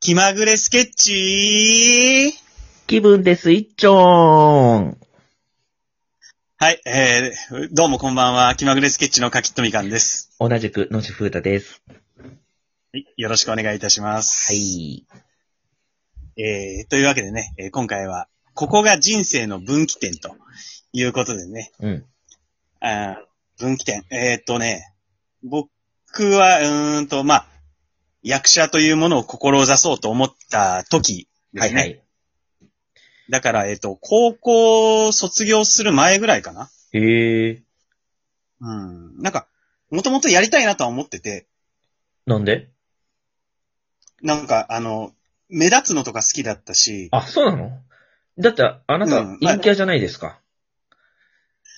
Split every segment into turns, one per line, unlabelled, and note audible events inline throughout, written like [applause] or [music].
気まぐれスケッチ
気分です、いっちょーん。
はい、えー、どうもこんばんは。気まぐれスケッチのかきっとみかんです。
同じく、のしふうたです。
はいよろしくお願いいたします。
はい。
えー、というわけでね、えー今回は、ここが人生の分岐点ということでね、
うん。
あー分岐点。えー、っとね、僕は、うーんと、まあ、役者というものを志そうと思った時ですね。
はい。
だから、えーっと、高校卒業する前ぐらいかな。
へえ。
うん。なんか、もともとやりたいなとは思ってて、
なんで
なんか、あの、目立つのとか好きだったし、
あ、そうなのだって、あなた、
うん
陰キャじゃないですか。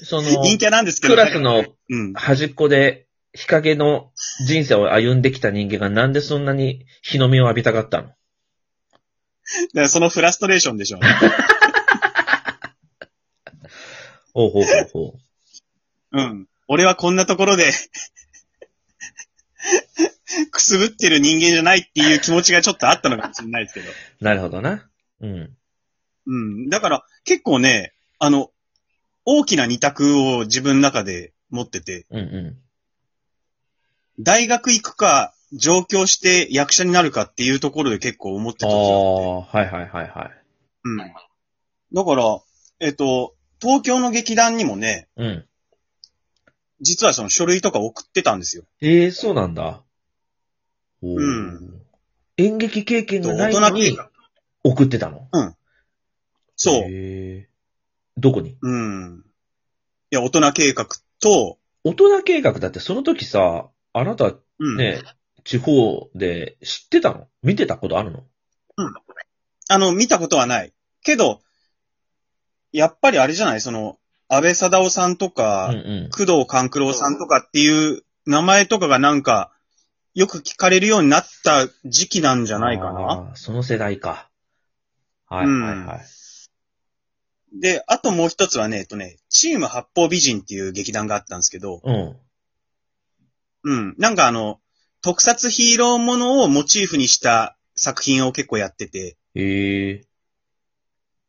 その、
陰キャなんですけど、
クラスの
うん。
端っこで、日陰の人生を歩んできた人間がなんでそんなに日の目を浴びたかったの
だからそのフラストレーションでしょうね。
おうほうほう [laughs] ほう。
うん。俺はこんなところで、くすぶってる人間じゃないっていう気持ちがちょっとあったのかもしれないですけど。
なるほどな。うん。
うん。だから、結構ね、あの、大きな二択を自分の中で持ってて、
うんう
大学行くか、上京して役者になるかっていうところで結構思って
ん。あ
た時があって。
あ、はいはいはいはい。
うん。だから、えっと、東京の劇団にもね、
うん。
実はその書類とか送ってたんですよ。
ええそうなんだ。おー
うん
演劇経験がな
大
い
人
の
っていう
に
か。
送ってたの。
そう。
へーどこに
うん。いや、大人計画と、
大人計画だってその時さ、あなた
うん。
ね、地方で知ってたの見てたことあるの
あの、見たことはない。けど、やっぱりあれじゃないその、安倍貞夫さんとか、
うんうん。
工藤官九郎さんとかっていう名前とかがなんか、よく聞かれるようになった時期なんじゃないかな。
あーその世代か。はいはいはい。
で、あともう一つはね、えっとね、チーム八方美人っていう劇団があったんですけど、
うん。
うん。なんかあの、特撮ヒーローものをモチーフにした作品を結構やってて、
ええ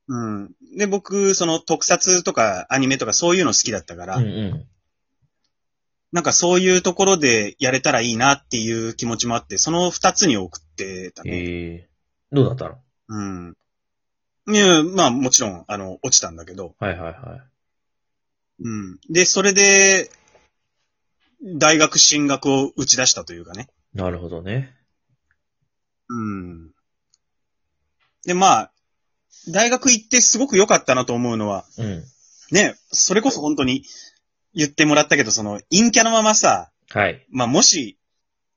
うん。で、僕、その特撮とかアニメとかそういうの好きだったから、
うんうん。
なんかそういうところでやれたらいいなっていう気持ちもあって、その二つに送ってたね。
ええどうだったの
うん。いや、まあもちろん、あの、落ちたんだけど、
はいはいは
うん。で、それで、大学進学を打ち出したというかね。
い。なるほどね。
うん。で、まあ、大学行ってすごく良かったなと思うのは、
うん。
ね、それこそ本当に言ってもらったけど、その、陰キャのままさ、
はい。
まあ、もし、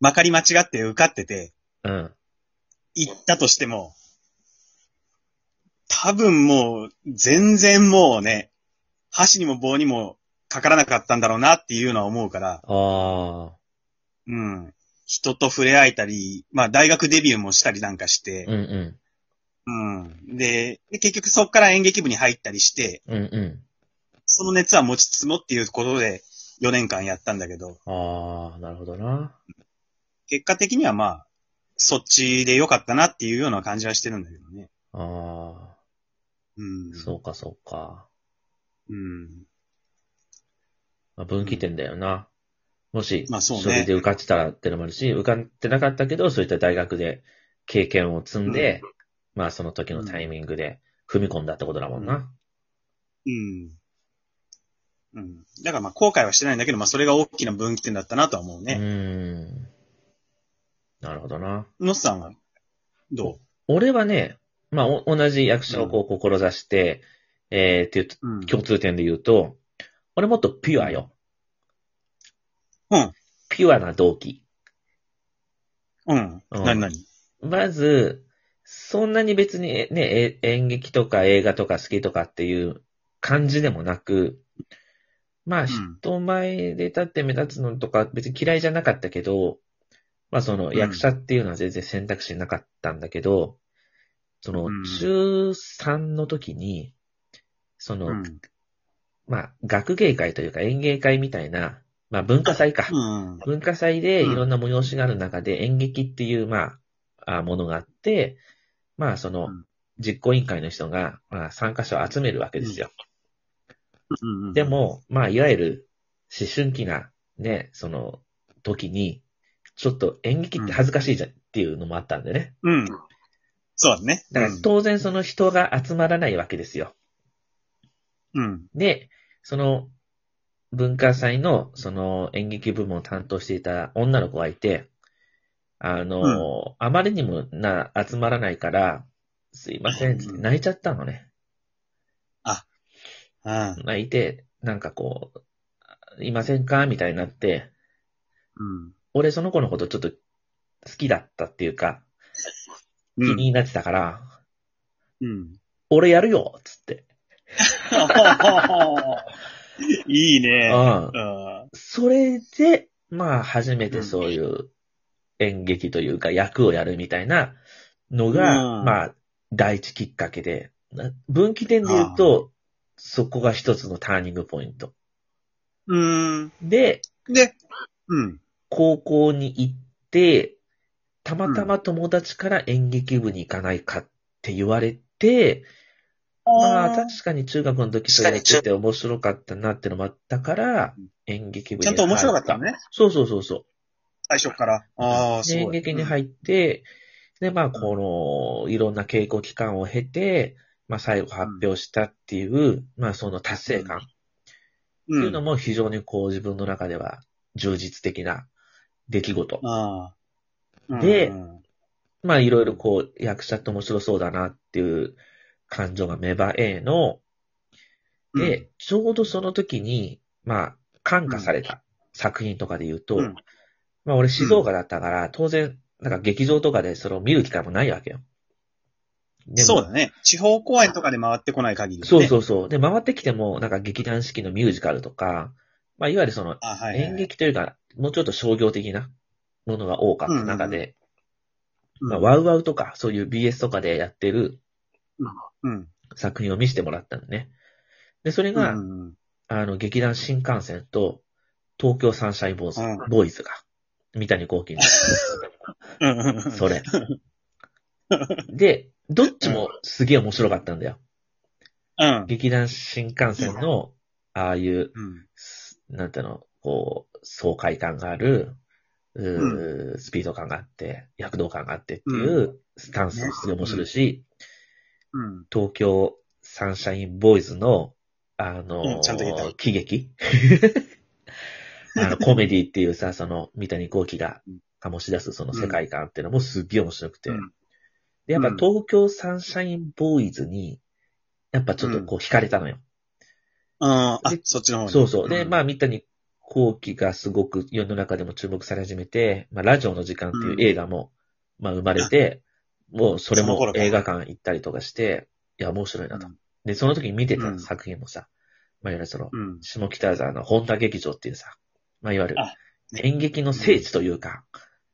まかり間違って受かってて、
うん。
行ったとしても、多分もう、全然もうね、箸にも棒にもかからなかったんだろうなっていうのは思うから、
ああ。
うん。人と触れ合えたり、まあ、大学デビューもしたりなんかして
うん、う
うん。で、で結局そこから演劇部に入ったりして、
ん。うんうん。
その熱は持ちつもっていうことで、4年間やったんだけど、
ああ、なるほどな。
結果的にはまあ、そっちで良かったなっていうような感じはしてるんだけどね。
ああ、
うん。
そうかそうか。
う。うん。
まあ、分岐点だよな。もし、
まあそうね
れで受かってたらってのもあるし、受かってなかったけど、そういった大学で経験を積んで、まあその時のタイミングで踏み込んだってことだもんな。
うん。うん。だからまあ後悔はしてないんだけど、まあそれが大きな分岐点だったなとは思う
うー
ね。
ん。なるほどな。
のっさんは、ど
俺はね、まあお同じ役者をこう志して、えー、っていう
ううん。
共通点で言うと、俺もっとピュアよ。
うん。
ピュアな動機。
うん。
うん
なになに
まず、そんなに別にえね、え演劇とか映画とか好きとかっていう感じでもなく、まあ
ん
人前で立って目立つのとか別に嫌いじゃなかったけど、まあその
ん
役者っていうのは全然選択肢なかったんだけど、その
うん
中3の時に、その、
うん。
まあ学芸会というか演芸会みたいな、まあ文化祭か。
うん。
文化祭で
うん
いろんな催しがある中で演劇っていう、まあ、あものがあって、まあその
うん
実行委員会の人が、まあ、参加者を集めるわけですよ。
うんうん
で、も、まあいわゆる思春期なね、その時に、ちょっと演劇って恥ずかしいじゃんっていうのもあったんでね。
うん。そうだね。
だから当然その人が集まらないわけですよ。
うん。
で、その文化祭のその演劇部門を担当していた女の子がいて、あの、
うん
あまりにもな、集まらないから、すいません、つって泣いちゃったのね。
うん。
泣いて、なんかこう、いませんかみたいになって、
うん。
俺その子のことちょっと好きだったっていうか、
う
気
ん。
になってたから、
うん。
俺やるよつって。
[laughs] いいうね。
ん
う。ん。
それで、まあ、初めてそういう演劇というか役をやるみたいなのが、
うん
まあ、第一きっかけで、な分岐点で言うと、そこが一つのターニングポイント。
うん。
で、
で、うん。
高校に行って、たまたま友達から演劇部に行かないかって言われて、まあ、確かに中学の時それやってて面白かったなってのもあったから
うん、
演劇部に
ちゃんと面白かったのね。
そうそうそうそう。
最初から。ああ、す
演
ごい。
劇に入って、で、まあ、この、いろんな稽古期間を経て、まあ、最後発表したっていう、まあ、その達成感って
う
いうの
ん。
も非常にこう、自分の中では充実的な出来事。
ああ。
で
うん
まあ、いろいろこう、役者って面白そうだなっていう感情が芽生えの、で、、ちょうどその時に、まあ、感化された作品とかで言うと、
うん
まあ、俺静岡だったから、当然、なんか劇場とかでそれを見る機会もないわけよ。でも
そうだね。地方公演とかで回ってこない限り、ね。。
そうそううそう。で、回ってきても、なんか劇団四季のミュージカルとか、まあ、いわゆるその
あ、はい、はい。
演劇というか、もうちょっと商業的なものが多かった中で、
うん、
まあ、ワウワウとか、そういう BS とかでやってる
うん。
作品を見せてもらったのね。で、それ
う
が、
ん。
あの、劇団新幹線と、東京サンシャインボーイズ、
うん
ボーイズが、三谷幸喜の、
うん。
それ。で、どっちもすげえ面白かったんだよ。
うん。
劇団新幹線の、ああいう、
うん。
すなんていうの、こう、爽快感がある、うースピード感があって、躍動感があってっていうスタンスもすごい面白いし、
うん。
東京サンシャインボーイズの、あの
うんちゃんと言えた [laughs]
喜劇あの、コメディっていうさ、その、三谷幸喜が
うん
醸し出すその世界観っていうのもすっげえ面白くて、
うん
で、やっぱ
うん
東京サンシャインボーイズに、やっぱちょっとこう惹かれたのよ。
あ、
で
そっちの方に。
そうそう。で、ま
あ、
あ、三谷幸喜がすごく世の中でも注目され始めて、まあ、ラジオの時間っていう映画も、まあ、生まれて、もうそれ
その
も
頃から
映画館行ったりとかして、いや、面白いなと。で、その時に見て
う
た
ん
作品もさ、まあ、いわゆるその、
うん。
下北沢の本田劇場っていうさ、まあ、いわゆる
あね
演劇の聖地というか、なんか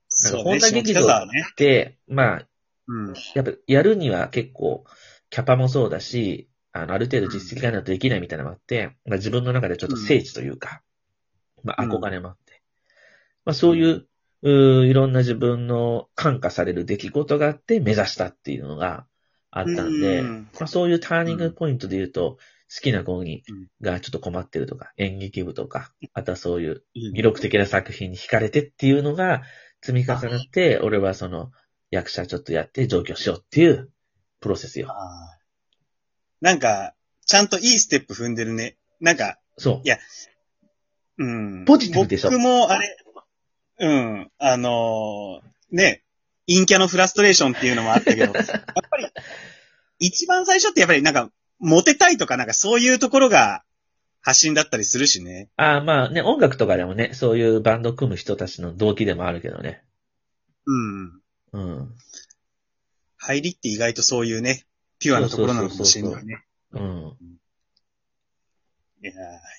そう
本
ね。
田
下
劇場
北沢ね。
で、まあ、
うん。
やっぱやるには結構、キャパもそうだし、あの、ある程度実績がないとできないみたいなのもあって、まあ、自分の中でちょっと聖地というか、まあ、
うん
憧れもあって。まあ、そういう、うーいろんな自分の感化される出来事があって目指したっていうのがあったんで、
うん
まあ、そういうターニングポイントで言うと、好きな子に
うん
がちょっと困ってるとか、演劇部とか、あとはそういう魅
う
力的な作品に惹かれてっていうのが積み重なって、俺はその役者ちょっとやって上京しようっていうプロセス
ん。
よ。
あーなんか、ちゃんといいステップ踏んでるね。なんか、
そ
いやうん。
ポジティブでしょ
僕も、あれ、うん。あのーね、陰キャのフラストレーションっていうのもあ
[laughs]
ったけど、やっぱり、一番最初ってやっぱりなんか、モテたいとかなんかそういうところが発信だったりするしね。
う。ああ、まあね、音楽とかでもね、そういうバンド組む人たちの動機でもあるけどね。
うん。
うん。
入りって意外とそういうね、ピュアなところなのかもしれないね。
うん。
いや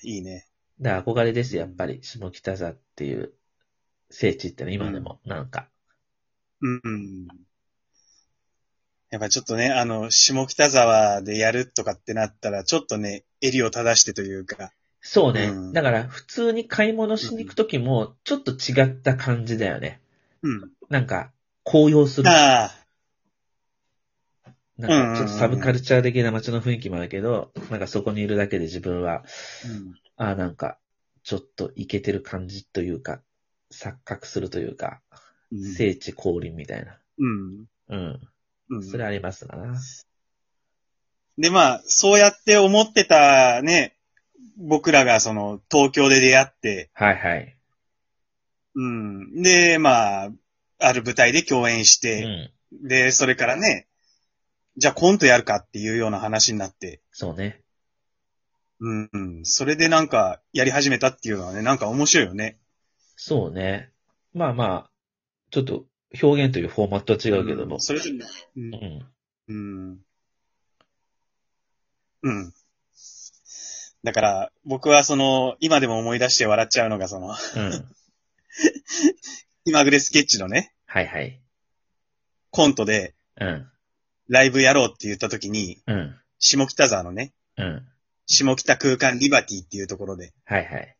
ーいいね。
だから憧れですよ、やっぱり。下北沢っていう聖地ってのは今でも、なんか。
うん。やっぱちょっとね、あの、下北沢でやるとかってなったら、ちょっとね、襟を正してというか。
そうね。
うん
だから、普通に買い物しに行くときも、ちょっと違った感じだよね。
うん。
なんか、高揚する。
あ
なんかちょっとサブカルチャー的な街の雰囲気もあるけど、なんかそこにいるだけで自分は、
あ、うん
ああ、なんか、ちょっとイケてる感じというか、錯覚するというか、
うん。
聖地降臨みたいな。
うん。
うん。
うん
それありますな。
で、まあ、そうやって思ってたね、僕らがその、東京で出会って、
はいはい。
うん。で、まあ、ある舞台で共演し
う
て、
ん。
で、それからね、じゃあコントやるかっていうような話になって、
そうね。
うん、うん。それでなんか、やり始めたっていうのはね、なんか面白いよね。
そうね。まあまあ、ちょっと表現というフォーマットは違うけども。
んそれでも、うん
うん。
うん。うん。だから、僕はその、今でも思い出して笑っちゃうのが、その、
うん。
気まぐれスケッチのね、
はいはい。
コントで
うん。
ライブやろうって言った時に、
うん。
下北沢のね、
うん。
下北空間リバティっていうところで、
はいはい。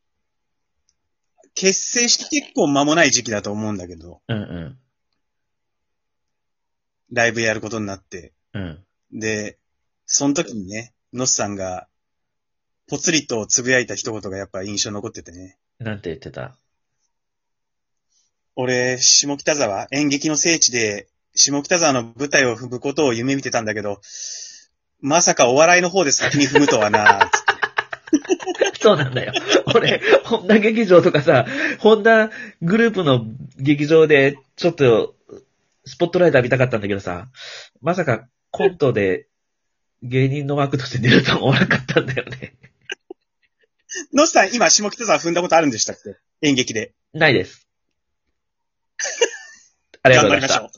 結成して結構間もない時期だと思うんだけど、
うんう
ライブやることになって、
ん。うん。
で、その時にね、ノスさんが、ぽつりとつぶやいた一言がやっぱ印象に残っててね。
なんて言ってた
俺、下北沢、演劇の聖地で、下北沢の舞台を踏むことを夢見てたんだけど、まさかお笑いの方で先に踏むとは
[laughs]
な
そうなんだよ。俺、ホンダ劇場とかさ、ホンダグループの劇場で、ちょっと、スポットライト浴びたかったんだけどさ、まさかコントで芸人の枠として出るとは思わなかったんだよね。
ノスさん、今、下北沢踏んだことあるんでしたっけ演劇で。
[laughs] ないです。ありがとうございました。
う。